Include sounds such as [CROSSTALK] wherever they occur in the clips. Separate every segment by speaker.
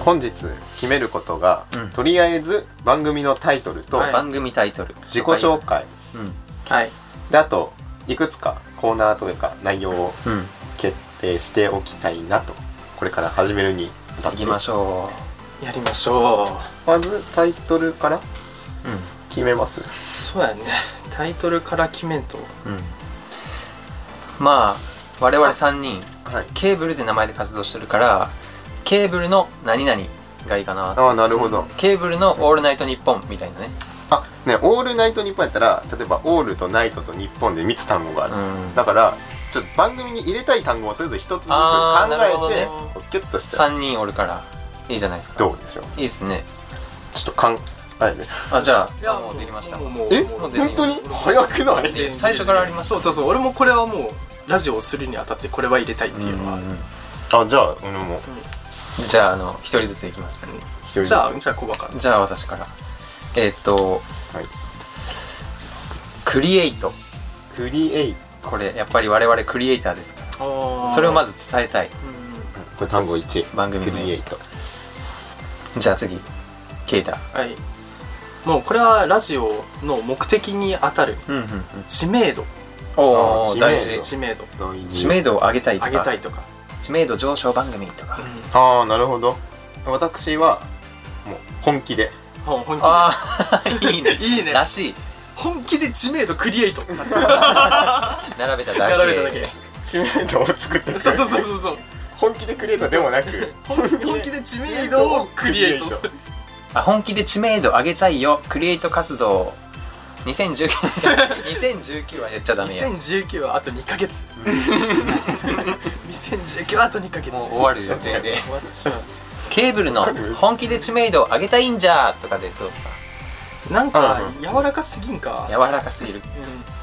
Speaker 1: 本日決めることが、
Speaker 2: うん
Speaker 1: とりあえず番組のタイトルと
Speaker 2: はい
Speaker 1: 自
Speaker 3: 番組タイトル
Speaker 1: 己紹介
Speaker 2: うん
Speaker 3: はい
Speaker 1: であといくつかコーナーというか内容を
Speaker 2: うん
Speaker 1: 決定しておきたいなとこれから始めるにあたって
Speaker 3: 行きましょ
Speaker 4: やりましょ
Speaker 1: まずタイトルから決めます
Speaker 4: うそうやねタイトルから決めんと
Speaker 2: うんうん
Speaker 3: うまあ我々3人
Speaker 1: はい
Speaker 3: ケーブルで名前で活動してるからケーブルの何々がいいかな
Speaker 1: ああなるほど
Speaker 3: ケーブルの「オールナイトニッポン」みたいなね
Speaker 1: あねオールナイトニッポンやったら例えばオールとナイトと日本で3つ単語があ
Speaker 3: う
Speaker 1: る、
Speaker 3: ん
Speaker 1: だからちょっと番組に入れたい単語をそれぞれ1つずつ考
Speaker 3: あーなるほど
Speaker 1: えて
Speaker 3: ね
Speaker 1: こうキュッとしたら
Speaker 3: 3人おるからいいじゃないですか
Speaker 1: どうでしょう
Speaker 3: いいですね
Speaker 1: ちょっと考える
Speaker 3: あじゃああもうできました
Speaker 4: もうもう
Speaker 1: え
Speaker 4: もう
Speaker 3: 出る
Speaker 1: 本当に早くない
Speaker 3: で最初からありました
Speaker 4: そうそうそう俺もこれはもうラジオをするにあたってこれは入れたいっていうのはある
Speaker 1: あじゃあ俺も
Speaker 3: じゃああの一人ずついきます
Speaker 1: 一人
Speaker 4: じゃあじゃあコバから
Speaker 3: じゃあ私からえーっと
Speaker 1: はい
Speaker 3: クリエイト
Speaker 1: クリエイ
Speaker 3: これやっぱり我々クリエイターですからそれをまず伝えたい
Speaker 4: うん
Speaker 1: これ単語1
Speaker 3: 番組
Speaker 1: ク
Speaker 3: の
Speaker 1: リエイト
Speaker 3: じゃあ次ケイタ
Speaker 4: はいもうこれはラジオの目的にあたる
Speaker 3: うんうんうん
Speaker 4: 知名度
Speaker 3: お
Speaker 1: あー
Speaker 3: お大
Speaker 1: 知名
Speaker 3: 事
Speaker 4: 知名度
Speaker 1: 大事
Speaker 3: 知名度を上げたいと
Speaker 4: 上げた
Speaker 3: か
Speaker 4: いとか、
Speaker 3: 知名度上昇番組とか
Speaker 1: ああなるほど私はもう本気で
Speaker 4: ほん本気で
Speaker 3: ああいいね
Speaker 4: [LAUGHS] いい
Speaker 3: [LAUGHS]
Speaker 4: ね
Speaker 3: らしい
Speaker 4: 本気で知名度クリエ [LAUGHS] イト
Speaker 3: 並べただけ
Speaker 4: 並べ [LAUGHS] ただけ
Speaker 1: 知名度を作ってくれる
Speaker 4: そうそうそうそうそう
Speaker 1: 本気でクリエイトでもなく
Speaker 4: 本本気で知名度をクリエイトする
Speaker 3: あ本気で知名度上げたいよクリエイト活動2019
Speaker 4: [LAUGHS]
Speaker 3: 2019は言っちゃダメや
Speaker 4: 2019はあと2ヶ月2019はあと2ヶ月
Speaker 3: もう終わる予定
Speaker 4: [LAUGHS]
Speaker 3: で
Speaker 4: 終わってしま
Speaker 3: ケーブルの本気で知名度上げたいんじゃーとかでどうですか
Speaker 4: うなんか
Speaker 1: うん
Speaker 4: 柔らかすぎんか
Speaker 3: 柔らかすぎる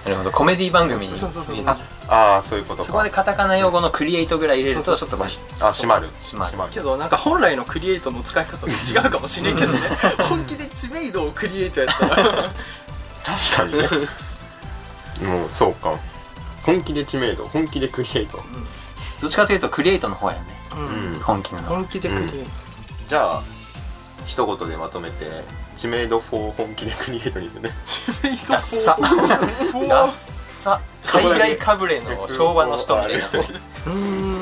Speaker 3: なるほどコメディ番組に
Speaker 4: そうそうそう
Speaker 3: 見えて
Speaker 4: あ
Speaker 1: ああそういうこと
Speaker 3: そこ
Speaker 1: か
Speaker 3: でカタカナ用語のクリエイトぐらい入れると
Speaker 4: そう
Speaker 3: ち
Speaker 4: そ
Speaker 3: ょ
Speaker 4: う
Speaker 3: っと
Speaker 4: そう
Speaker 3: まし
Speaker 1: あ閉まる
Speaker 3: 閉まる
Speaker 1: まる
Speaker 4: けどなんか本来のクリエイトの使い方と違うかもしれんけどね本気で知名度をクリエイトやったら
Speaker 1: 確かにねもうそうか本気で知名度本気でクリエイト
Speaker 3: どっちかというとクリエイトの方やね
Speaker 4: う
Speaker 1: うんん
Speaker 3: 本気なの
Speaker 4: 本気でクリエイト
Speaker 1: じゃあ一言でまとめて知名度4本気でクリエイトにする
Speaker 4: 知名度
Speaker 3: ダッ
Speaker 4: [LAUGHS]
Speaker 3: サダッサ
Speaker 1: そ
Speaker 3: 海
Speaker 1: こだけ
Speaker 3: 外かぶれの昭和の人みたいな
Speaker 4: うーん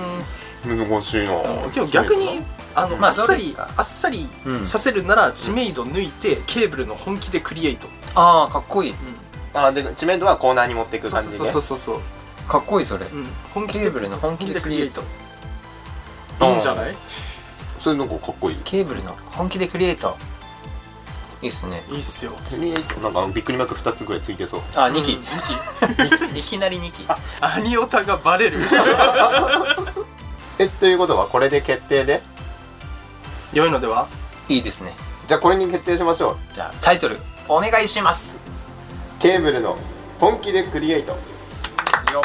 Speaker 1: 難しいな
Speaker 4: 今日逆にあの、
Speaker 3: まあ
Speaker 4: あ、っさ
Speaker 3: どれ
Speaker 4: り
Speaker 3: か
Speaker 4: あっさり
Speaker 3: うん
Speaker 4: させるなら知名度抜いて、ケーブルの本気でクリエイト、
Speaker 3: ああかっこいい
Speaker 1: あで知名度はコーナーに持っていく
Speaker 4: そう
Speaker 1: 感じね
Speaker 4: そうそうそうそう、
Speaker 3: かっこいいそれ
Speaker 4: うん、本気
Speaker 3: ケーブルの本気でクリエイト
Speaker 1: あー
Speaker 4: いいんじゃない
Speaker 1: それなんかかっこいい
Speaker 3: ケーブルの本気でクリエイトいいっすね
Speaker 4: いいっすよ
Speaker 1: クリエイトなんかびっくりマーク2つぐらいついてそう
Speaker 3: あ二期
Speaker 4: う
Speaker 3: [LAUGHS]
Speaker 4: ん
Speaker 3: いきなり2期
Speaker 4: 兄オタがバレる
Speaker 1: えということはこれで決定で
Speaker 4: 良いのではい
Speaker 3: いですね
Speaker 1: じゃあこれに決定しましょう
Speaker 3: じゃあタイトルお願いします
Speaker 1: ケーブルの本気でクリエイト
Speaker 3: よい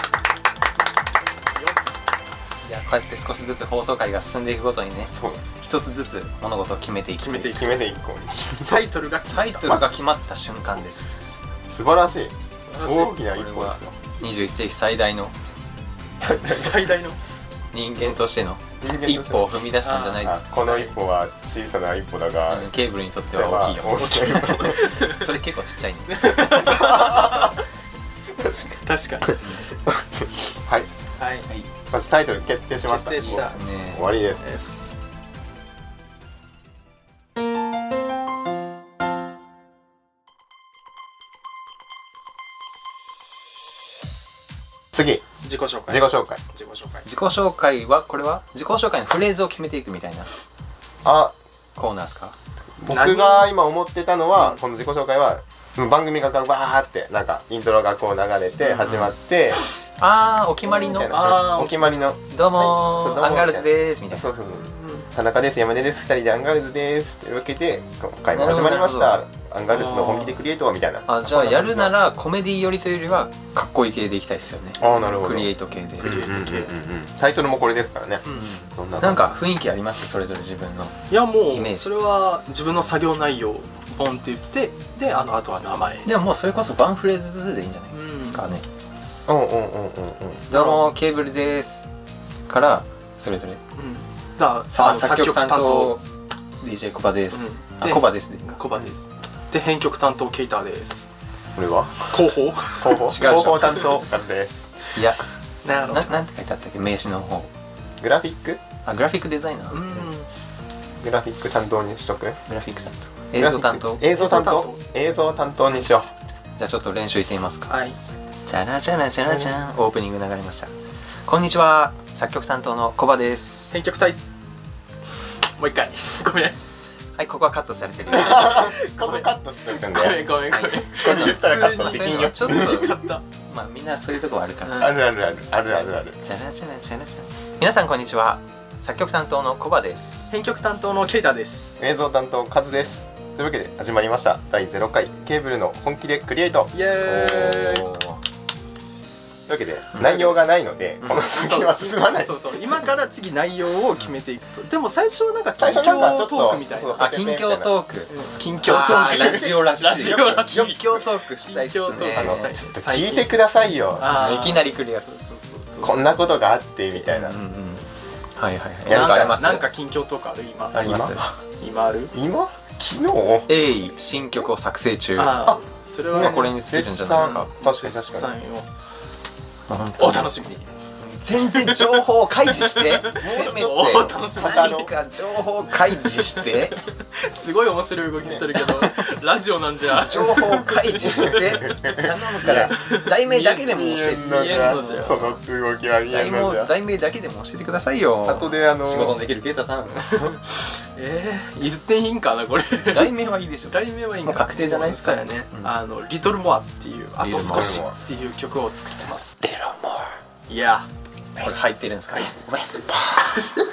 Speaker 3: やこうやって少しずつ放送回が進んでいくごとにね
Speaker 1: そう
Speaker 3: 一つずつ物事を決めていき
Speaker 4: 決めていく
Speaker 1: 決めていこ
Speaker 4: タイトルが決ま
Speaker 3: タ
Speaker 4: っ
Speaker 3: イトルが決まった瞬間です
Speaker 1: う素晴らしい
Speaker 4: た
Speaker 1: 大きな一歩ですよ
Speaker 3: 21世紀最大の
Speaker 4: 最大の
Speaker 3: 人間としての
Speaker 1: 人間として
Speaker 3: 一歩を踏み出したんじゃないです
Speaker 1: あこの一歩は小さな一歩だが
Speaker 3: かうんケーブルにとっては大きいよ
Speaker 1: 大きいよ
Speaker 3: [LAUGHS] それ結構ちっちゃいね
Speaker 4: 確かに
Speaker 1: はい
Speaker 4: はい
Speaker 1: まずタイトル決定しました
Speaker 4: 決定した
Speaker 1: もう
Speaker 3: ね
Speaker 1: 終わりです次
Speaker 4: 自己紹
Speaker 1: 自
Speaker 4: 介
Speaker 1: 己紹介
Speaker 4: 自己紹介
Speaker 3: 自己紹介はこれは自己紹介のフレーズを決めていくみたいな
Speaker 1: あ
Speaker 3: コーナーですか
Speaker 1: 僕が今思ってたのはこの自己紹介は番組がバーってなんかイントロがこう流れて始まって、
Speaker 3: ああお決まりの
Speaker 1: みたいな
Speaker 4: あ
Speaker 1: お
Speaker 4: ー
Speaker 1: 決まりの
Speaker 3: どうも
Speaker 1: はいそうどうも
Speaker 3: ーアンガールズでーすみたいな
Speaker 1: そうそうそう田中です山根です二人でアンガールズですというわけで今回も始まりまし
Speaker 3: な
Speaker 1: たアンガールズの本気でクリエイトはみたいな
Speaker 3: あじゃあやるな
Speaker 1: ら
Speaker 3: らコメディ寄りというよりはかっこいい系でいきたいですよね
Speaker 1: あなるほど
Speaker 3: クリエイト系で
Speaker 1: タイトルもこれですからねどんな
Speaker 3: なんか雰囲気ありますそれぞれ自分の
Speaker 4: いやも
Speaker 3: イメー
Speaker 4: う
Speaker 3: ジ
Speaker 4: それは自分の作業内容をポンって言ってであのあとは名前
Speaker 3: でももうそれこそワンフレーズずつでいいんじゃない
Speaker 4: うん
Speaker 3: ですかね
Speaker 1: うんうんうんうんうん
Speaker 3: どうもケーブルですからそれぞれ
Speaker 4: うんだから
Speaker 3: さ
Speaker 4: あ
Speaker 3: あ
Speaker 4: の
Speaker 3: 作曲担当 DJ コバです、
Speaker 4: うん
Speaker 3: あ
Speaker 4: で
Speaker 3: コバですね
Speaker 4: コバですで編曲担当ケイターです
Speaker 1: 俺は
Speaker 4: 広報
Speaker 1: 広 [LAUGHS] 報
Speaker 3: 違うじゃん
Speaker 1: 広報担当カズです
Speaker 3: いやな
Speaker 4: な
Speaker 3: なんて書いてあったっけ名刺の方
Speaker 1: グラフィック
Speaker 3: あグラフィックデザイナー、
Speaker 4: うん
Speaker 1: グラフィック担当にしとく
Speaker 3: グラフィック担当映像担当
Speaker 1: 映像担
Speaker 4: 映像
Speaker 1: 当映像担当にしよ
Speaker 3: じゃあちょっと練習いってみますか
Speaker 4: はい
Speaker 3: チャラチャラチャラチャンオープニング流れましたこんにちは作曲担当のコバです
Speaker 4: 編曲隊もう一回ごめん
Speaker 3: はいここはカットされてる [LAUGHS]
Speaker 1: うここカットしとくん
Speaker 4: ごめん
Speaker 1: で
Speaker 4: ごめんごめん
Speaker 1: これ言ったらカット
Speaker 3: 普
Speaker 1: で
Speaker 3: 通
Speaker 1: きん
Speaker 3: に
Speaker 1: よ
Speaker 3: ちょっ
Speaker 4: 買
Speaker 3: と
Speaker 4: った
Speaker 3: まあみんなそういうとこはあるから
Speaker 1: あるあるあるあるあるある
Speaker 3: チャラチャラチャラチャラ皆さんこんにちは作曲担当のコバです
Speaker 4: 編曲担当のケイターです
Speaker 1: 映像担当カズですというわけで始まりました第0回ケーブルの本気でクリエイト
Speaker 4: イエーイ
Speaker 3: おー
Speaker 1: というわけで内容がないのでこの先は進まない
Speaker 4: そうそう今から次内容を決めていくとでも最初はなんか
Speaker 1: 最初なんかちょっと
Speaker 4: 近況トークみたい
Speaker 1: そう
Speaker 4: な
Speaker 3: あ近況トーク
Speaker 4: 近況ト
Speaker 3: あ
Speaker 4: ー
Speaker 3: ー
Speaker 4: ク
Speaker 3: ラジオらしい
Speaker 4: ラジオらしい
Speaker 3: 近況トークしたいっす
Speaker 4: 近況ト
Speaker 3: ね
Speaker 1: あ
Speaker 4: ー
Speaker 1: の
Speaker 4: クした
Speaker 1: ちょっと聞いてくださいよ
Speaker 4: あー
Speaker 3: いきなり来るやつ
Speaker 4: そうそうそう
Speaker 1: こんなことがあってみたいな
Speaker 3: うんうんはいはいはい
Speaker 1: や
Speaker 3: なんかあります
Speaker 4: なんか近況トークある今
Speaker 3: あります
Speaker 4: 今ある
Speaker 1: 今昨日
Speaker 3: 鋭意新曲を作成中ま
Speaker 4: ああそれは
Speaker 3: あこれにするんじゃないですか
Speaker 1: 確かに確かに
Speaker 4: に
Speaker 3: まあ本当
Speaker 4: お
Speaker 3: に
Speaker 4: 楽しみに
Speaker 3: 全然情報を開示してせ [LAUGHS] めて
Speaker 4: お楽しみに
Speaker 3: 何か情報を開示 [LAUGHS] して
Speaker 4: すごい面白い動きしてるけどラジオなんじゃ
Speaker 3: 情報を開示して頼むから題名だけでも教
Speaker 1: 見えん
Speaker 3: え
Speaker 1: の
Speaker 4: 見えんの
Speaker 1: じ
Speaker 4: じ
Speaker 1: ゃ
Speaker 4: ゃ
Speaker 1: その動きは見
Speaker 3: て
Speaker 1: え
Speaker 3: 題
Speaker 1: んの
Speaker 3: 名
Speaker 1: じゃ
Speaker 3: 題名だけでも教えてくださいよ
Speaker 1: 後であの
Speaker 3: 仕事のできるゲータ [LAUGHS] さん
Speaker 4: えー、言っていいんかなこれ
Speaker 3: 題名はいいでしょ
Speaker 4: 題名はいいん
Speaker 3: もう
Speaker 4: か
Speaker 3: 確定じゃないっすか
Speaker 4: そうやね、
Speaker 3: うん
Speaker 4: あの「リトルモアっていう「あと少し
Speaker 1: Little」
Speaker 4: っていう曲を作ってます
Speaker 3: レロモ
Speaker 4: いや
Speaker 3: ーこれ入ってるんですかウェスパ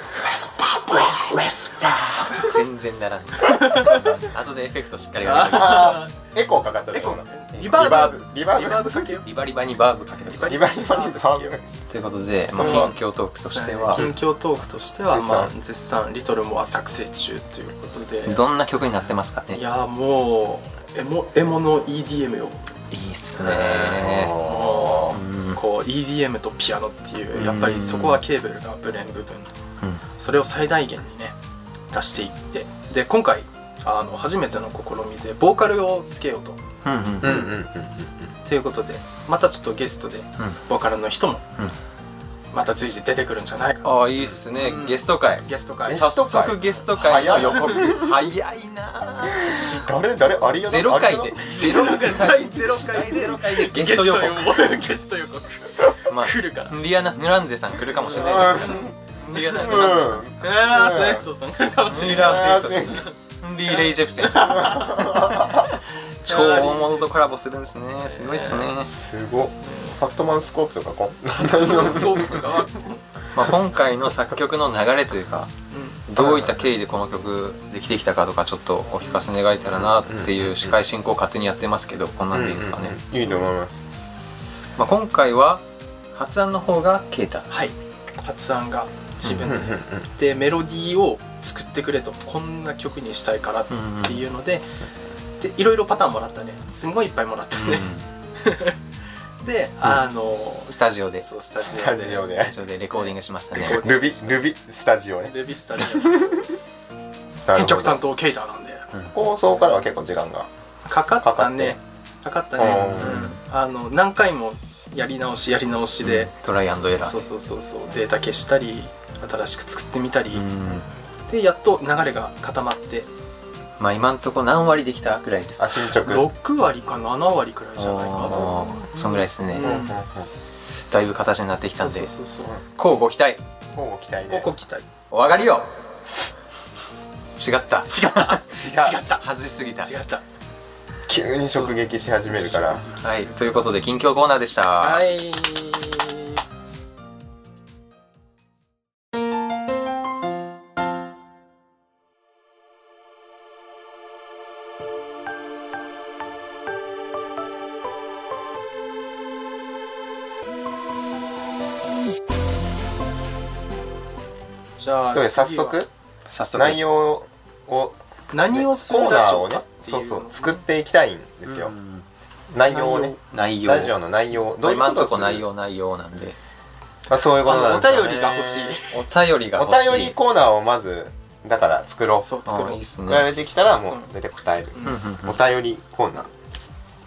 Speaker 3: ーウェスパー全然ならん後でエフェクトしっかりやる [LAUGHS]
Speaker 1: あーエコーかかった
Speaker 4: えこ
Speaker 1: な
Speaker 4: [LAUGHS] リバーブ
Speaker 1: リバーブ
Speaker 4: リ
Speaker 1: リ
Speaker 4: バ
Speaker 1: バ
Speaker 4: ーブかけよ
Speaker 3: リバリバにバーブかけてください
Speaker 1: リバリバリバーブ
Speaker 3: ということで、ま
Speaker 1: それは
Speaker 3: あ、近況トークとしては
Speaker 4: 近況トークとしては、
Speaker 1: 絶賛
Speaker 4: まあ、絶賛「リトルモア作成中ということで
Speaker 3: どんな曲になってますか
Speaker 4: い
Speaker 3: ね
Speaker 4: やもうエモエモの EDM よ
Speaker 3: いいっす
Speaker 1: お
Speaker 3: ね
Speaker 4: も
Speaker 3: うん
Speaker 4: うこう EDM とピアノっていううんやっぱりそこはケーブルがブレん部分
Speaker 3: うん
Speaker 4: それを最大限にね出していってで今回あの初めての試みでボーカルをつけようと
Speaker 3: うんうん
Speaker 1: うんうんうん
Speaker 4: ということでまたちょっとゲストでボーカルの人も
Speaker 3: うん
Speaker 4: また随時出てくるんじゃないかな
Speaker 3: ああいいっすね、
Speaker 4: うん
Speaker 3: ゲスト会
Speaker 4: ゲスト会
Speaker 1: ゲス
Speaker 3: 早
Speaker 1: ト会
Speaker 3: 速ゲスト会の予告早いなあ
Speaker 1: 誰誰アリアナ
Speaker 3: ゼロ回でゼロ
Speaker 4: 第0
Speaker 3: 回
Speaker 4: 回
Speaker 3: ゼ
Speaker 4: で
Speaker 3: ロ回でゲ
Speaker 4: ゲ
Speaker 3: ス
Speaker 4: ス
Speaker 3: ト
Speaker 4: ト
Speaker 3: 予
Speaker 4: 予
Speaker 3: 告
Speaker 4: 告ゲスト予告
Speaker 3: ま
Speaker 4: 来るから
Speaker 3: あリアナ・ヌランデさん来るかもしれないですからリアナ・ヌランデさん
Speaker 4: えースネフトさん来る [LAUGHS] かもしれない
Speaker 1: ラーセ
Speaker 3: リー・レイ・ジェプセン [LAUGHS] さん超大物とコラボするんですねすごいっすね、
Speaker 1: すごっファットマンスコープとかこ
Speaker 4: ストーブとかは
Speaker 3: まあ、今回の作曲の流れというかどういった経緯でこの曲できてきたかとかちょっとお聞かせ願えたらなっていう司会進行を勝手にやってますけどこんなんでいいですかね、
Speaker 1: うんうんいいと思います
Speaker 3: まあ、今回は発案の方がケイタ
Speaker 4: はい発案が自分
Speaker 1: うんうん
Speaker 4: で
Speaker 1: うん
Speaker 4: でメロディーを作ってくれとこんな曲にしたいからっていうので,、でいろいろパターンもらったねすごいいっぱいもらったね、であの、
Speaker 3: スタジオでス
Speaker 4: そうス
Speaker 1: ス
Speaker 4: タ
Speaker 1: タ
Speaker 4: ジ
Speaker 1: ジ
Speaker 4: オ
Speaker 1: オ
Speaker 4: で
Speaker 1: で
Speaker 3: タジオでレコーディングしましたね
Speaker 1: ルビルビスタジオね
Speaker 4: レビスタジオ編曲担当ケイターなんで
Speaker 1: 放送からは結構時間が
Speaker 4: かかったねかかったね、
Speaker 3: う
Speaker 4: うんあの何回もやり直しやり直しで、
Speaker 3: トライアンドエラー
Speaker 4: そうそうそうそうデータ消したり新しく作ってみたり、
Speaker 3: うん
Speaker 4: でやっと流れが固まって
Speaker 3: まあ今んとこ何割できたぐらいです
Speaker 1: あ
Speaker 3: か
Speaker 1: 進捗
Speaker 4: 6割か7割くらいじゃないか
Speaker 3: おーそんぐらいですね、
Speaker 4: うん
Speaker 1: うんうんうん
Speaker 3: だいぶ形になってきた
Speaker 4: なん
Speaker 3: で
Speaker 4: そうそうそうそう
Speaker 3: こうご期待
Speaker 1: こう期待
Speaker 4: こ
Speaker 1: ね
Speaker 4: こ期待
Speaker 3: お上が
Speaker 4: [LAUGHS]
Speaker 3: りよ違った
Speaker 4: 違った
Speaker 1: 違
Speaker 4: 違った
Speaker 3: 外しすぎた
Speaker 4: 違った
Speaker 1: 急に直撃し始めるから
Speaker 3: はいということで近況コーナーでした
Speaker 4: はいじゃあ
Speaker 1: ということで早
Speaker 4: 次は
Speaker 1: 速
Speaker 3: 早速
Speaker 1: 内容を
Speaker 4: 何をする
Speaker 1: コーナ
Speaker 4: ラジ
Speaker 1: ー
Speaker 4: オ
Speaker 1: を
Speaker 4: か
Speaker 1: ね
Speaker 4: ってい
Speaker 1: そう
Speaker 4: う
Speaker 1: そう作っていきたいんですよ
Speaker 3: うん
Speaker 1: 内容をね
Speaker 3: 内容
Speaker 1: ラジオの内容どういう
Speaker 3: 今
Speaker 1: こ
Speaker 3: ん
Speaker 1: と
Speaker 3: と
Speaker 1: をす
Speaker 3: こ
Speaker 1: る
Speaker 3: 内容内容なんで
Speaker 1: まあそういうことなんですよね
Speaker 4: あのお便りが欲しい
Speaker 3: お便りが欲しい
Speaker 1: お便りコーナーをまずだから作ろう
Speaker 4: そう
Speaker 3: あ
Speaker 4: 作
Speaker 3: ー
Speaker 4: ろ
Speaker 3: いいうっす
Speaker 1: 送ら
Speaker 3: ね
Speaker 1: れてきたらもう
Speaker 4: うん
Speaker 1: 大体答える、
Speaker 4: うん
Speaker 3: うんうん
Speaker 1: お便りコーナー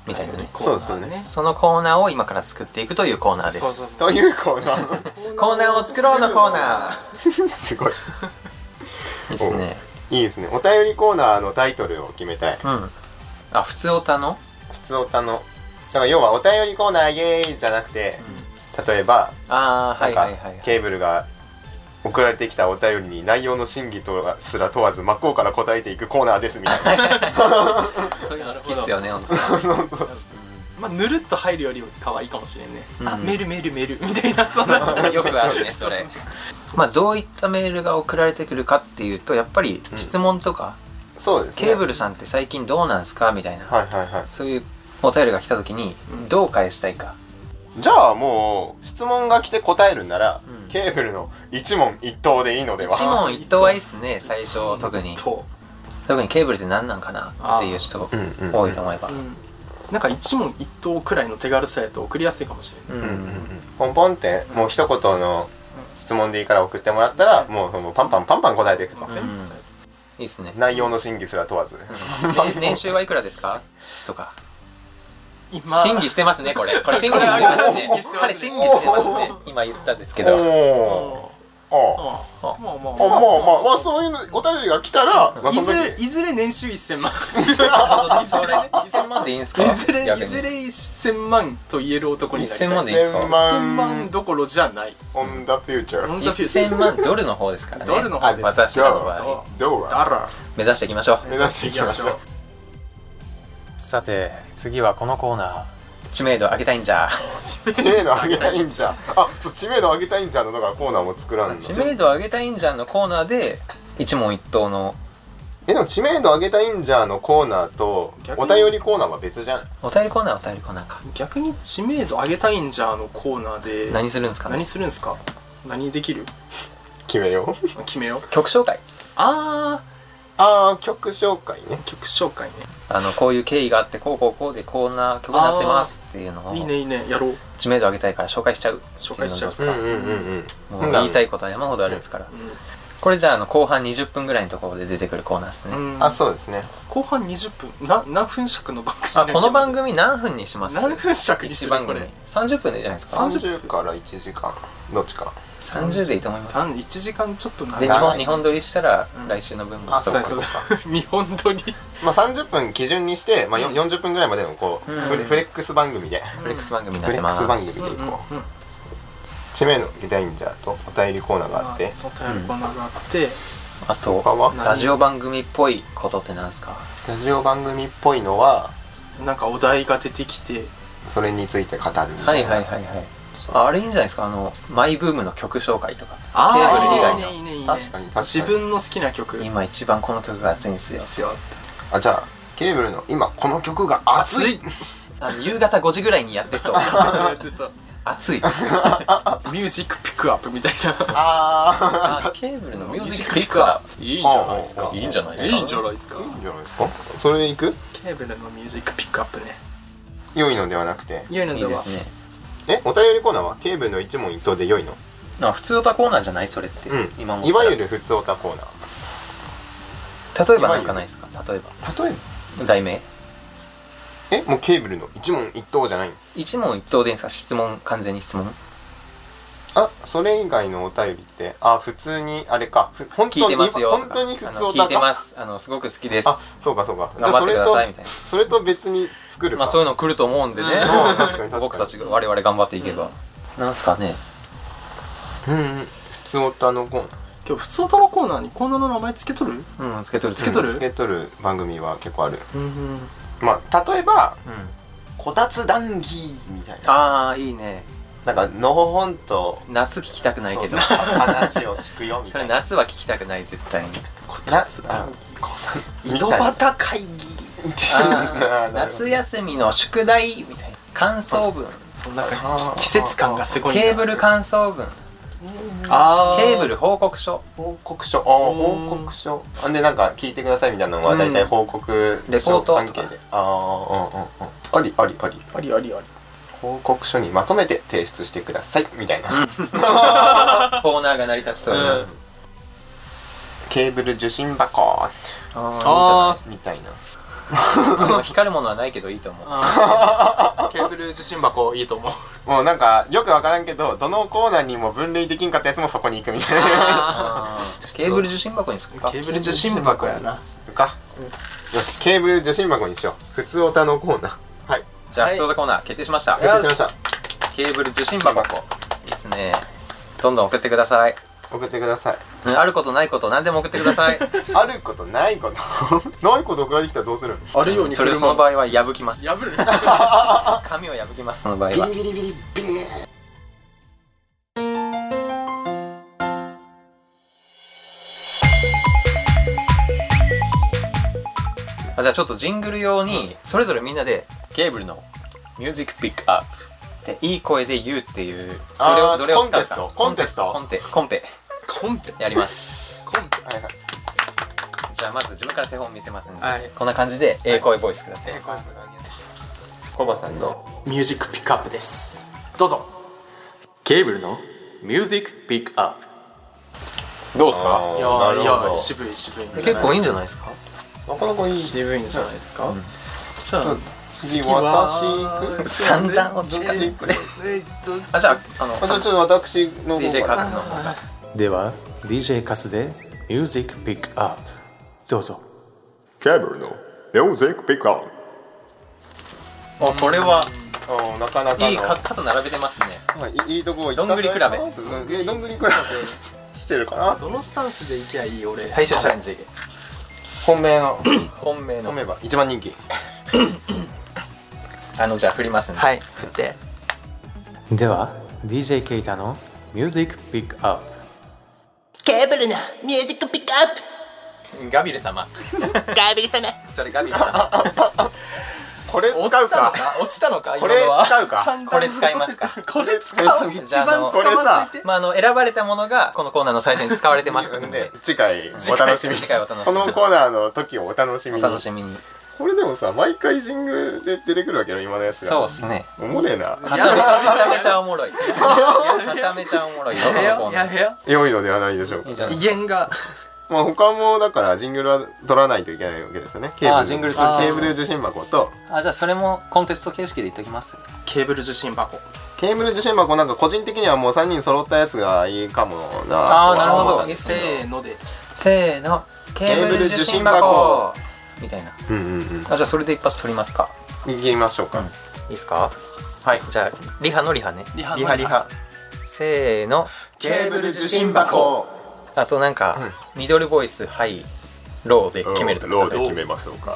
Speaker 3: みたいなね
Speaker 1: そうですよね
Speaker 3: そのコーナーを今から作っていくというコーナーです
Speaker 4: そうそうそ
Speaker 1: と
Speaker 4: う
Speaker 1: いうコーナー
Speaker 3: コーナーを作ろうのコーナ
Speaker 1: [LAUGHS]
Speaker 3: ー
Speaker 1: すごい
Speaker 3: いいですね
Speaker 1: いいですねお便りコーナーのタイトルを決めたい
Speaker 3: うんあ普通オタの、
Speaker 1: 普通おたのだから要はお便りコーナーイエーイじゃなくて例えば
Speaker 3: ああ
Speaker 1: な
Speaker 3: は
Speaker 1: ん
Speaker 3: い
Speaker 1: か
Speaker 3: はいはいはい
Speaker 1: ケーブルが送られてきたお便りに内容の真偽とはすら問わず真っ向から答えていくコーナーですみたいな
Speaker 3: そういうの好きっすよね本当
Speaker 4: まあぬるっと入るより可愛いかもしれんね、
Speaker 3: うん
Speaker 4: あメールメールメールみたいなそんな
Speaker 3: によくあるねそれまあどういったメールが送られてくるかっていうとやっぱり質問とか、
Speaker 1: そうですね
Speaker 3: ケーブルさんって最近どうなんすかみたいな、
Speaker 1: はいはいはい
Speaker 3: そういうお便りが来た時に
Speaker 4: うん
Speaker 3: どう返したいか、
Speaker 1: じゃあもう質問が来て答えるんなら、
Speaker 3: うん
Speaker 1: ケーブルの一問一答でいいので
Speaker 3: 一
Speaker 1: は
Speaker 3: 問一答はいいっすね最初特に
Speaker 4: と、
Speaker 3: 特にケーブルって何なんかなっていう人
Speaker 1: うんうんうん
Speaker 3: 多いと思えば
Speaker 4: うん、なんか一問一答くらいの手軽さやと送りやすいかもしれな
Speaker 3: うん
Speaker 4: い、
Speaker 1: うんうんうんポンポンってもう一言の質問でいいから送ってもらったらもうそのパンパンパンパン答えていくと
Speaker 4: まあ、全
Speaker 3: う
Speaker 4: 部、
Speaker 3: んいいっすね
Speaker 1: 内容の真偽すら問わず
Speaker 3: ね年収はいくらですかとか
Speaker 4: 今
Speaker 3: 審議してますね [LAUGHS] これこれ審議してますね彼審議してますね今言ったんですけど
Speaker 1: おー
Speaker 4: もう
Speaker 1: ああ
Speaker 4: まあまあまあ
Speaker 1: あまあまあまあそういうのお便りが来たら、まあ、
Speaker 4: い
Speaker 1: その
Speaker 4: ず
Speaker 1: 時
Speaker 4: れいずれ年収1000万
Speaker 3: それ1000万でいいんすか
Speaker 4: いずれ
Speaker 3: 逆
Speaker 4: い
Speaker 3: に
Speaker 4: ずれ1000万と言える男になりたい
Speaker 3: 1000万でいいですか
Speaker 1: 1000万
Speaker 4: 1000万どころじゃない
Speaker 1: オンダフューチャ
Speaker 4: オン
Speaker 1: ー
Speaker 4: ザフューチャ
Speaker 3: 1000
Speaker 4: ー
Speaker 3: 万ドルの方ですからね
Speaker 4: ドルの方です
Speaker 3: 私らの場合
Speaker 4: ど
Speaker 1: どう
Speaker 4: う
Speaker 1: だ
Speaker 4: だら
Speaker 3: 目指していきましょう
Speaker 1: 目指していきましょう
Speaker 3: さて次はこのコーナー知名度上げたいんじゃ
Speaker 1: 知名度上げたいんじゃんあそう知名度上げたいんじゃんのだからコーナーも作らんの
Speaker 3: 知名度上げたいんじゃんのコーナーで一問一答の
Speaker 1: えでも知名度上げたいんじゃんのコーナーと
Speaker 4: 逆
Speaker 1: お
Speaker 4: に
Speaker 1: 便りコーナーは別じゃん
Speaker 3: お便りコーナーはお便りコーナーか
Speaker 4: 逆に知名度上げたいんじゃあのコーナーで
Speaker 3: 何するんですかね
Speaker 4: 何するんすか何できる
Speaker 1: 決めよう
Speaker 4: 決めよう
Speaker 3: 曲紹介
Speaker 4: あ
Speaker 1: [LAUGHS] ああ曲紹介ね
Speaker 4: ー曲紹介ね
Speaker 3: あのこういう経緯があってこうこうこうでこんな曲になってますっていうのを
Speaker 4: いいねいいねやろう
Speaker 3: 知名度上げたいから紹介しちゃう
Speaker 4: 紹介しちゃう
Speaker 3: って
Speaker 1: うん
Speaker 3: いの
Speaker 1: う
Speaker 3: どう
Speaker 1: ん
Speaker 3: で
Speaker 1: うん
Speaker 3: す
Speaker 1: う
Speaker 3: か
Speaker 1: ん
Speaker 3: もう言いたいことは山ほどあるんですからこれじゃああの後半20分ぐらいのところで出てくるコーナーですね、
Speaker 4: うん
Speaker 1: あそうですね
Speaker 4: 後半20分な何分尺の番組
Speaker 3: あこの番
Speaker 4: 組
Speaker 3: 組何分にします
Speaker 4: 何分尺に
Speaker 3: 一
Speaker 4: する
Speaker 3: 番
Speaker 4: こ
Speaker 3: 組
Speaker 4: れ
Speaker 3: 30分でいいじゃないですか
Speaker 4: 30
Speaker 1: 30から1時間どっちか
Speaker 3: 30でいいと思います
Speaker 4: 3 1時間ちょっと長
Speaker 3: で
Speaker 4: い
Speaker 3: 日
Speaker 1: 長
Speaker 3: 本
Speaker 1: い
Speaker 3: 日本撮りしたら
Speaker 4: うん
Speaker 3: 来週の分も
Speaker 1: あ
Speaker 3: スト
Speaker 1: そう
Speaker 3: ッ
Speaker 1: か
Speaker 3: ク
Speaker 1: そうか
Speaker 4: 見本撮り
Speaker 1: まあ30分基準にして、まあ、よん40分ぐらいまでのこう、
Speaker 3: うん
Speaker 1: フレフレックス番組で
Speaker 3: フレックス番組に
Speaker 1: フ
Speaker 3: な
Speaker 1: レ
Speaker 3: せ
Speaker 1: ックス番
Speaker 3: ま
Speaker 1: 組
Speaker 3: す
Speaker 1: でいこう、
Speaker 4: うんうん
Speaker 1: 知名度上げたいんじゃんとお便りコーナーがあって
Speaker 4: お便りコーナーがあって、
Speaker 3: あと
Speaker 1: 他は
Speaker 3: ラジオ番組っぽいことってなんですか
Speaker 1: ラジオ番組っぽいのは
Speaker 4: なんかお題が出てきて
Speaker 1: それについて語る
Speaker 3: はいはいはいはいああれいいんじゃないですかあのマイブームの曲紹介とか
Speaker 4: あ
Speaker 3: ケー
Speaker 4: ー
Speaker 3: ブル以外の
Speaker 4: いいねいいねいいね
Speaker 1: 確かに確かに
Speaker 4: 自分の好きな曲で
Speaker 3: 今一番この曲が熱いんですよ
Speaker 4: すよ
Speaker 1: あじゃあケーブルの今この曲が熱い
Speaker 3: あの夕方5時ぐらいにやってそう
Speaker 4: そうやってさ
Speaker 3: [LAUGHS] 熱い
Speaker 4: ミュージックピックアップみたいな
Speaker 1: あ
Speaker 3: あケーブルのミュージックピックアップ
Speaker 4: いいんじゃないですか
Speaker 1: あ
Speaker 3: いいんじゃないです
Speaker 4: い
Speaker 3: か
Speaker 4: いんじゃないですか
Speaker 1: ーいいんじゃないですかそれでいく
Speaker 4: ケーブルのミュージックピックアップね
Speaker 1: 良いのではなくて
Speaker 4: 良いの
Speaker 3: い
Speaker 4: で
Speaker 3: いで
Speaker 4: は
Speaker 3: すね
Speaker 1: えお便りコーナーはケーブルの一問一答で良いの
Speaker 3: あ普通歌コーナーじゃないそれって、
Speaker 1: うん
Speaker 3: 今も
Speaker 1: いわゆる普通オタコーナー
Speaker 3: 例えばなんかないですか例え
Speaker 1: 例え
Speaker 3: ば題名
Speaker 1: ばえもうケーブルの一問一答じゃないの
Speaker 3: 一問一答でいいんですか質問完全に質問
Speaker 1: あそれ以外のお便りってあ普通にあれかふ本
Speaker 3: 聞い
Speaker 1: 当に
Speaker 3: てますよとか
Speaker 1: 本当に普通
Speaker 3: あの
Speaker 1: オ
Speaker 3: 聞
Speaker 1: タ
Speaker 3: いてま
Speaker 1: か
Speaker 3: すあのすごく好きです
Speaker 1: あそうかそうかじゃ
Speaker 3: 頑
Speaker 1: あ
Speaker 3: 張っ
Speaker 1: そ
Speaker 3: て
Speaker 1: れ
Speaker 3: ください
Speaker 1: と
Speaker 3: みたいな
Speaker 1: それと別に作るか
Speaker 3: まあそういうの来ると思うんでね
Speaker 4: うん
Speaker 1: 確かに確かに
Speaker 3: 僕たちが我々頑張っていけば、なんすかね
Speaker 1: うんうん普通オタのコーナー
Speaker 4: 今日普通歌のコーナーにコーナーの名前つけとる
Speaker 3: うんつけとる
Speaker 4: つけとる
Speaker 1: つけとる番組は結構ある
Speaker 4: うん
Speaker 1: まあ例えば
Speaker 3: うん、
Speaker 1: 「こたつ談義」みたい
Speaker 3: ああいいね
Speaker 1: なんかのほほんと
Speaker 3: 夏聞きたくないけどそ [LAUGHS]
Speaker 1: 話を聞くよみた
Speaker 3: れ
Speaker 1: いな
Speaker 3: 夏は聞きたくない絶対に
Speaker 1: こたつ談
Speaker 4: 井
Speaker 1: 義
Speaker 4: 戸端会議
Speaker 3: [LAUGHS] あー夏休みの宿題みたいな感想文
Speaker 4: その中に季節感がすごいな
Speaker 3: ケーブル感想文
Speaker 4: あ
Speaker 3: ケーブ
Speaker 4: ル
Speaker 3: ル報告書
Speaker 1: 報告書あー報告書あんでなんか聞いてくださいみたいなのは大体報告
Speaker 3: レポート
Speaker 1: 書関係でああうんうんうんありありあり
Speaker 4: ありありあり
Speaker 1: 報告書にまとめて提出してくださいみたいな
Speaker 3: コーナーが成り立ちそうな、
Speaker 4: うん
Speaker 1: ケーブル受信箱
Speaker 3: あ
Speaker 1: みたいな
Speaker 3: ああの光るものはないけどいいと思う
Speaker 4: あーケーブル受信箱いいと思う
Speaker 1: もうなんかよくわからんけどどのコーナーにも分類できんかったやつもそこに行くみたいな
Speaker 3: あー [LAUGHS] ケーブル受信箱にするか
Speaker 4: ケーブル受信箱やな
Speaker 1: かよしケーブル受信箱にしよう普通オタのコーナーはい
Speaker 3: じゃあ
Speaker 4: はい
Speaker 3: 普通のコーナー決定しました
Speaker 1: やってきました
Speaker 3: ケーブル受信箱いいですねどんどん送ってください
Speaker 1: 送ってください
Speaker 3: うんあることないこと何でも送ってください
Speaker 1: あることないことないこと [LAUGHS] 送られてきたらどうするの
Speaker 4: あるように
Speaker 3: それをその場合は破きます
Speaker 4: 破る
Speaker 3: [LAUGHS] 紙を破きますその場合
Speaker 1: ビ
Speaker 3: は
Speaker 1: リビリビリビリー
Speaker 3: あじゃあちょっとジングル用にそれぞれみんなでケーブルのミュージックピックアップでいい声で言うっていうどれ
Speaker 1: あ
Speaker 3: を
Speaker 1: ー
Speaker 3: どれを使うか
Speaker 1: コンテスト
Speaker 3: コ
Speaker 1: コ
Speaker 3: ンテコンペ
Speaker 4: コンペ
Speaker 3: やります
Speaker 4: コンペ
Speaker 1: はいはい
Speaker 3: じゃあまず自分から手本見せますんで、
Speaker 4: はい
Speaker 3: こんな感じでええ声ボイスください、
Speaker 4: えーコン
Speaker 1: コバさんの
Speaker 4: ペミュージックピックアップですどうぞケーブルのミュージックピックアップ
Speaker 3: どうです
Speaker 1: あ
Speaker 3: か
Speaker 1: ー
Speaker 4: いや
Speaker 1: なる
Speaker 4: ーい
Speaker 1: ほ
Speaker 4: や
Speaker 1: ど
Speaker 4: ー渋い渋い
Speaker 3: 結構いいんじ
Speaker 4: じ
Speaker 3: ゃないですか
Speaker 1: なかなかいい
Speaker 4: 渋いんじゃないですか、
Speaker 3: ん
Speaker 4: じゃあ
Speaker 1: 次私行く
Speaker 3: 三段落ちかねこれあじゃああの
Speaker 1: あじゃあちょっと私の方から
Speaker 3: DJ カツの方が
Speaker 2: では DJ カスでミュージックピックアップどうぞ
Speaker 5: ケーブルのミュージックピックアップ
Speaker 3: おこれは
Speaker 1: うんなかなかの
Speaker 3: いいか肩並べてますね
Speaker 1: はいいいいとこ行った
Speaker 3: どんぐり比べ
Speaker 1: べどんぐり比べしてるかな
Speaker 4: どのスタンスでいきゃいい俺
Speaker 3: 最初チャレンジ
Speaker 1: 本命 [COUGHS] の
Speaker 3: 本命の
Speaker 1: 本命ば一番人気
Speaker 3: あのじゃあ振りますんで、
Speaker 4: はい振って
Speaker 2: では DJ ケイタのミュージックピックアップ
Speaker 6: ケーブルのミュージックピックアッ
Speaker 3: ガビル様
Speaker 6: プガーブリ様
Speaker 3: それガビル [LAUGHS] 様
Speaker 1: これ
Speaker 4: 落
Speaker 1: 使う
Speaker 4: ちたの
Speaker 1: か
Speaker 4: か落ちたのか
Speaker 1: これ
Speaker 4: 今のは
Speaker 1: 使うか
Speaker 4: 三
Speaker 3: こ
Speaker 4: 段
Speaker 3: れ使いますか
Speaker 4: [LAUGHS] これ使う一
Speaker 3: じゃああの
Speaker 4: 番使わないて
Speaker 3: まああの選ばれたものがこのコーナーの最初に使われてます
Speaker 1: な
Speaker 3: の
Speaker 1: ん
Speaker 3: [LAUGHS]
Speaker 1: で
Speaker 3: で
Speaker 1: 次回お楽しみに
Speaker 3: 次回お楽しみに
Speaker 1: このコーナーの時をお楽しみに
Speaker 3: お楽しみに
Speaker 1: これでもさ毎回神宮で出てくるわけよ今のやつが
Speaker 3: そうっすね
Speaker 1: おもれえな
Speaker 3: めちゃめちゃめちゃめちゃおもろい [LAUGHS] めちゃめちゃおもろいよこのコーナー
Speaker 4: めよ
Speaker 1: 良いのではないでしょうか
Speaker 3: いいんじゃない
Speaker 4: 威厳が
Speaker 1: まあ他もだからジングルは取らないといけないわけですよねケーブル
Speaker 3: あージングル取る
Speaker 1: ケーブル受信箱と
Speaker 3: あじゃあそれもコンテスト形式で言っときます
Speaker 4: ケーブル受信箱
Speaker 1: ケーブル受信箱なんか個人的にはもう3人揃ったやつがいいかもな
Speaker 3: あーなるほど
Speaker 1: とは思ったんです
Speaker 4: せ
Speaker 1: け
Speaker 4: ーので
Speaker 3: せーのケ
Speaker 1: ー
Speaker 3: ー
Speaker 1: ブ
Speaker 3: ブ
Speaker 1: ル
Speaker 3: ル
Speaker 1: 受
Speaker 3: 受
Speaker 1: 信
Speaker 3: 信
Speaker 1: 箱
Speaker 3: 箱みたいな
Speaker 1: うんうんうん
Speaker 3: あじゃあそれで一発取りますか
Speaker 1: 行きましょうか
Speaker 3: いいですか
Speaker 1: はい
Speaker 3: じゃあリハのリハね
Speaker 4: リハ
Speaker 1: リハリハ
Speaker 3: せーのあとなんか、ミドルボイスハイローで決めると
Speaker 5: ロ
Speaker 3: か
Speaker 5: ーで決めましょうか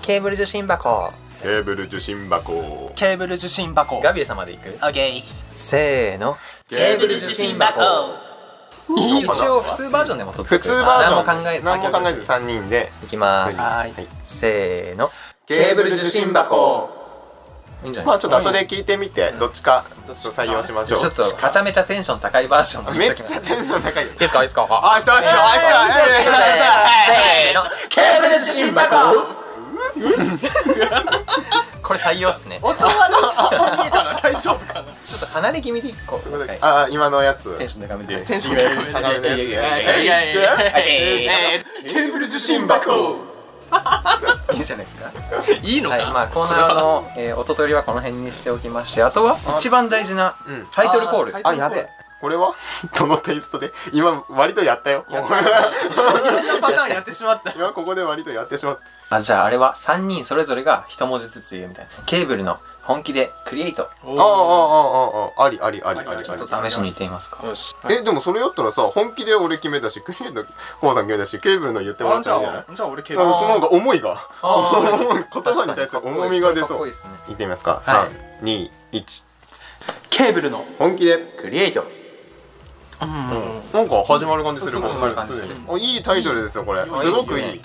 Speaker 3: ケーブル受信箱
Speaker 5: ケーブル受信箱
Speaker 4: ケーブル受信箱
Speaker 3: ガビル様でいく
Speaker 6: オッケー
Speaker 3: せーの
Speaker 6: ケーブル受信箱
Speaker 3: 一応普通バージョンでも撮って
Speaker 1: 普
Speaker 3: く
Speaker 1: 通バージョン
Speaker 3: 何も考えず
Speaker 1: 何も考えず3人で
Speaker 3: いきます
Speaker 1: はい
Speaker 3: せーの
Speaker 1: ケーブル受信箱
Speaker 3: いいんじゃな
Speaker 1: ま
Speaker 3: い
Speaker 1: あ
Speaker 3: です
Speaker 1: ちょ
Speaker 3: か
Speaker 1: っと後で聞いてみてどっちか採用しましょ
Speaker 3: ちょっ
Speaker 1: う
Speaker 3: とめちゃめちゃテンション高いバージョンも
Speaker 1: め
Speaker 3: 言
Speaker 1: っ
Speaker 3: っ
Speaker 1: ち
Speaker 3: とき
Speaker 1: ゃテ
Speaker 3: ます
Speaker 1: ンション高いよ
Speaker 3: いいですかいいですか
Speaker 1: あいそうあいそうあいそう
Speaker 3: せーの
Speaker 1: ケーブル受信箱
Speaker 3: これ採用っすねちょ
Speaker 4: 大丈夫かな
Speaker 3: っと離れ気味で1個はい
Speaker 1: あ今のやつ
Speaker 3: テンション高めで
Speaker 4: テンションが
Speaker 1: 下がるね
Speaker 4: ケーブル受信箱
Speaker 3: [LAUGHS] いいじゃないですか
Speaker 4: いいのか、
Speaker 3: はいまあコーナーの、えー、おととりはこの辺にしておきましてあとは一番大事な
Speaker 1: うん
Speaker 3: タイトルコール
Speaker 4: あー
Speaker 1: あやべえこれはどのテイストで今割とやったよ
Speaker 4: こんなパターンやってしまった
Speaker 1: 今ここで割とやってしまった
Speaker 3: あじゃああれは3人それぞれが一文字ずつ言うみたいなケーブルの本気でクリエイト
Speaker 1: ああああああありありありありあり
Speaker 3: ちょっと試しに言ってみますか
Speaker 4: よし
Speaker 1: えでもそれやったらさ本気で俺決めたしクリエイトコバさん決めたしケーブルの言ってもら
Speaker 4: あ
Speaker 1: っ
Speaker 4: じ
Speaker 1: たんじゃ
Speaker 4: ゃ
Speaker 1: ない
Speaker 4: あじゃあ俺ケー
Speaker 1: そ
Speaker 4: ブル
Speaker 1: の方が思いが
Speaker 3: あー
Speaker 1: 言葉に対する重みが出
Speaker 3: かっ
Speaker 1: そ
Speaker 3: こ
Speaker 1: う
Speaker 3: いい
Speaker 1: い
Speaker 3: っすね
Speaker 1: ってみますか
Speaker 3: はい
Speaker 1: 321
Speaker 4: ケーブルの
Speaker 1: 本気で
Speaker 3: クリエイト
Speaker 1: なんか始まる感じする
Speaker 3: うん
Speaker 1: 始まる感じするおいいタイトルですよこれすごくい
Speaker 3: いい
Speaker 1: い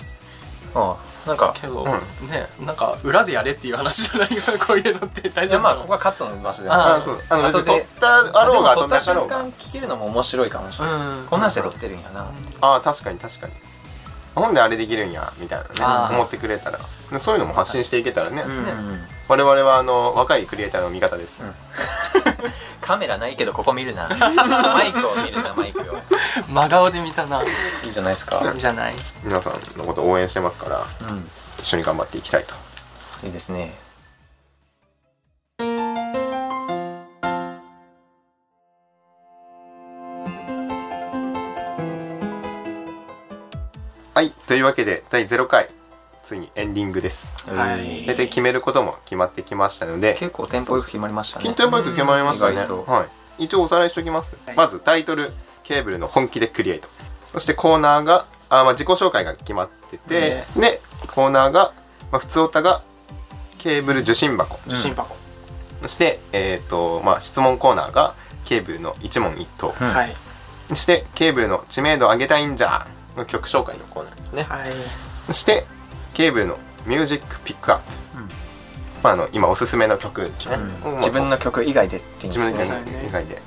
Speaker 3: あなんか
Speaker 4: けど、
Speaker 1: ん
Speaker 4: ねなんか裏でやれっていう話じゃないからこういうのって大
Speaker 3: じ
Speaker 4: 丈
Speaker 3: ゃあ
Speaker 4: 夫
Speaker 3: まあ
Speaker 4: かな
Speaker 3: ここはカットの場所で
Speaker 4: あ
Speaker 1: あそうあの別に撮ったあろうが
Speaker 3: でも
Speaker 1: 撮
Speaker 3: 撮
Speaker 1: ん
Speaker 3: っ
Speaker 1: なかろ
Speaker 3: た
Speaker 1: う
Speaker 3: 瞬
Speaker 1: が
Speaker 3: 間聞けるのも面白いかもしれない、
Speaker 4: うん
Speaker 3: こんなんして撮ってるんやな、
Speaker 1: ああ確かに確かになんであれできるんやみたいな
Speaker 3: あー
Speaker 1: ね思ってくれたらでそういうのも発信していけたらね、
Speaker 3: うん
Speaker 1: 我々はあの若いクリエイターの味方です、
Speaker 3: カメラないけどここ見るなマイクを見るなマイクを
Speaker 4: 真顔で見たな。い
Speaker 3: いいじゃないですか。
Speaker 4: いじゃない。
Speaker 1: 皆さんのこと応援してますから
Speaker 3: うん。
Speaker 1: 一緒に頑張っていきたいと
Speaker 3: いいですね。
Speaker 1: はいというわけで第0回ついにエンディングです
Speaker 4: はい
Speaker 1: 大体決めることも決まってきましたので
Speaker 3: 結構テンポよく決まりましたね。
Speaker 1: ピントやばく決まりましたね、
Speaker 3: うん意外と
Speaker 1: はい、一応おさらいしておきます、
Speaker 4: はい
Speaker 1: まずタイトル「ケーブルの本気でクリエイト」そしてコーナーがあまあ自己紹介が決まってて、でコーナーが、まあ、普通オタがケーブル受信箱、
Speaker 4: 受信箱。
Speaker 1: そして、えーとまあ、質問コーナーがケーブルの一問一答、
Speaker 3: うん
Speaker 4: はい。
Speaker 1: そしてケーブルの知名度上げたいんじゃの曲紹介のコーナーですね
Speaker 4: はい。
Speaker 1: そしてケーブルのミュージックピックアップ、
Speaker 3: うん
Speaker 1: まあ、あの今おすすめの曲ですね、
Speaker 3: う
Speaker 1: ま
Speaker 3: ん
Speaker 1: あ
Speaker 3: 自分の曲以外でって言い
Speaker 1: 自
Speaker 3: ま
Speaker 1: 分
Speaker 3: す
Speaker 1: の
Speaker 3: ね。
Speaker 1: 以外で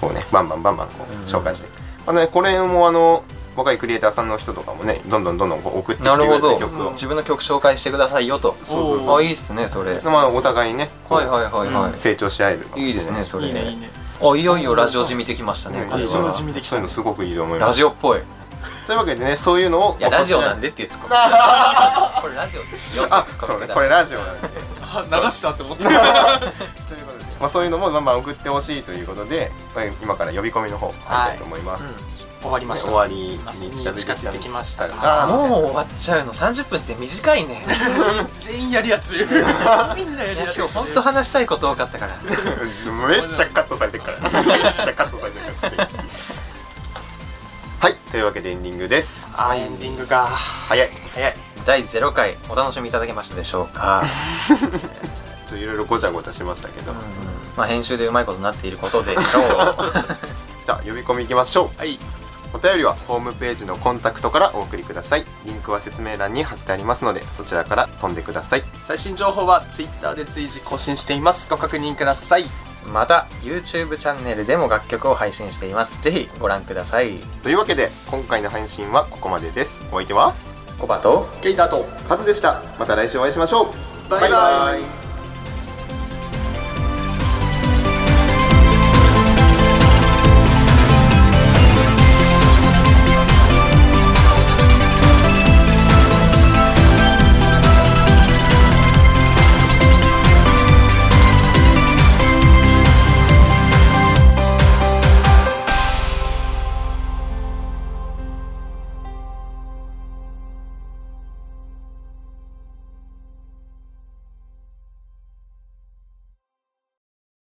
Speaker 1: こうねバンバンバンバンこ
Speaker 3: うん
Speaker 1: う紹介して、まあね、これもあの若いクリエイターさんの人とかもねどんどんどんどんこう送ってきて
Speaker 3: な
Speaker 1: く
Speaker 3: る
Speaker 1: れ
Speaker 3: ほ
Speaker 1: る
Speaker 3: ど
Speaker 1: 曲を、
Speaker 3: 自分の曲紹介してくださいよと
Speaker 4: そうそう
Speaker 3: あいいっすねそれ
Speaker 1: まあ、お互いにねこう
Speaker 3: はいはいはいはい、
Speaker 1: 成長し合えるかもしれない
Speaker 3: いいですねそれ
Speaker 4: いいね、いい
Speaker 3: ね
Speaker 4: ね。
Speaker 3: あいよいよラジオ地味できましたね、
Speaker 1: うん
Speaker 3: これは
Speaker 4: ラジオ地味できた
Speaker 1: そういうのすごくいいと思いま
Speaker 3: ラ
Speaker 1: す
Speaker 3: ジオっぽいい
Speaker 1: というわけでねそういうのを
Speaker 3: や
Speaker 1: まあ
Speaker 3: ラジオなん
Speaker 1: こ
Speaker 3: でっていうツッコミこれラジオですよって
Speaker 1: あ
Speaker 3: ツッコ
Speaker 1: そう
Speaker 3: ミ
Speaker 1: ねこ
Speaker 3: くださ
Speaker 1: れ
Speaker 3: い
Speaker 1: ラジオなんで
Speaker 4: あ流したって思って。
Speaker 1: ということで、まあ、そういうのもバンバン送ってほしいということでまあ今から呼び込みの方入りたいと思います、ね
Speaker 4: [LAUGHS] 終わりました。
Speaker 1: 終わりに近づ
Speaker 4: 近づ
Speaker 1: い
Speaker 4: い
Speaker 1: て
Speaker 4: て
Speaker 1: き
Speaker 4: き
Speaker 1: ま
Speaker 4: ま
Speaker 1: し
Speaker 4: したた
Speaker 1: が
Speaker 3: もう終わっちゃうの30分って短いね
Speaker 4: [LAUGHS] 全員やるや
Speaker 1: [LAUGHS]
Speaker 4: つ。みんなや
Speaker 3: [LAUGHS] い
Speaker 4: る
Speaker 3: や
Speaker 4: やつ。
Speaker 3: 今日本当話したいこと多かったから
Speaker 1: [LAUGHS] めっちゃカットされて
Speaker 4: [LAUGHS]
Speaker 1: るからめっちゃカットされてるからはいというわけでエンディングです
Speaker 4: あーエンディングか。
Speaker 1: 早い
Speaker 3: 早い第0回お楽しみいただけましたでしょうか、
Speaker 1: ちょっといろいろごちゃごちゃしましたけど、
Speaker 3: まあ、編集でうまいことになっていることでしょう
Speaker 1: じゃあ呼び込みいきましょう
Speaker 4: はい。
Speaker 1: お便りはホームページのコンタクトからお送りくださいリンクは説明欄に貼ってありますのでそちらから飛んでください
Speaker 4: 最新情報は Twitter で随時更新しています。ご確認ください。
Speaker 3: また YouTube チャンネルでも楽曲を配信していますぜひご覧ください
Speaker 1: というわけで今回の配信はここまでですお相手は
Speaker 3: コバと
Speaker 4: ケイターと。
Speaker 1: カズでしたまた来週お会いしましょう
Speaker 4: バイバイ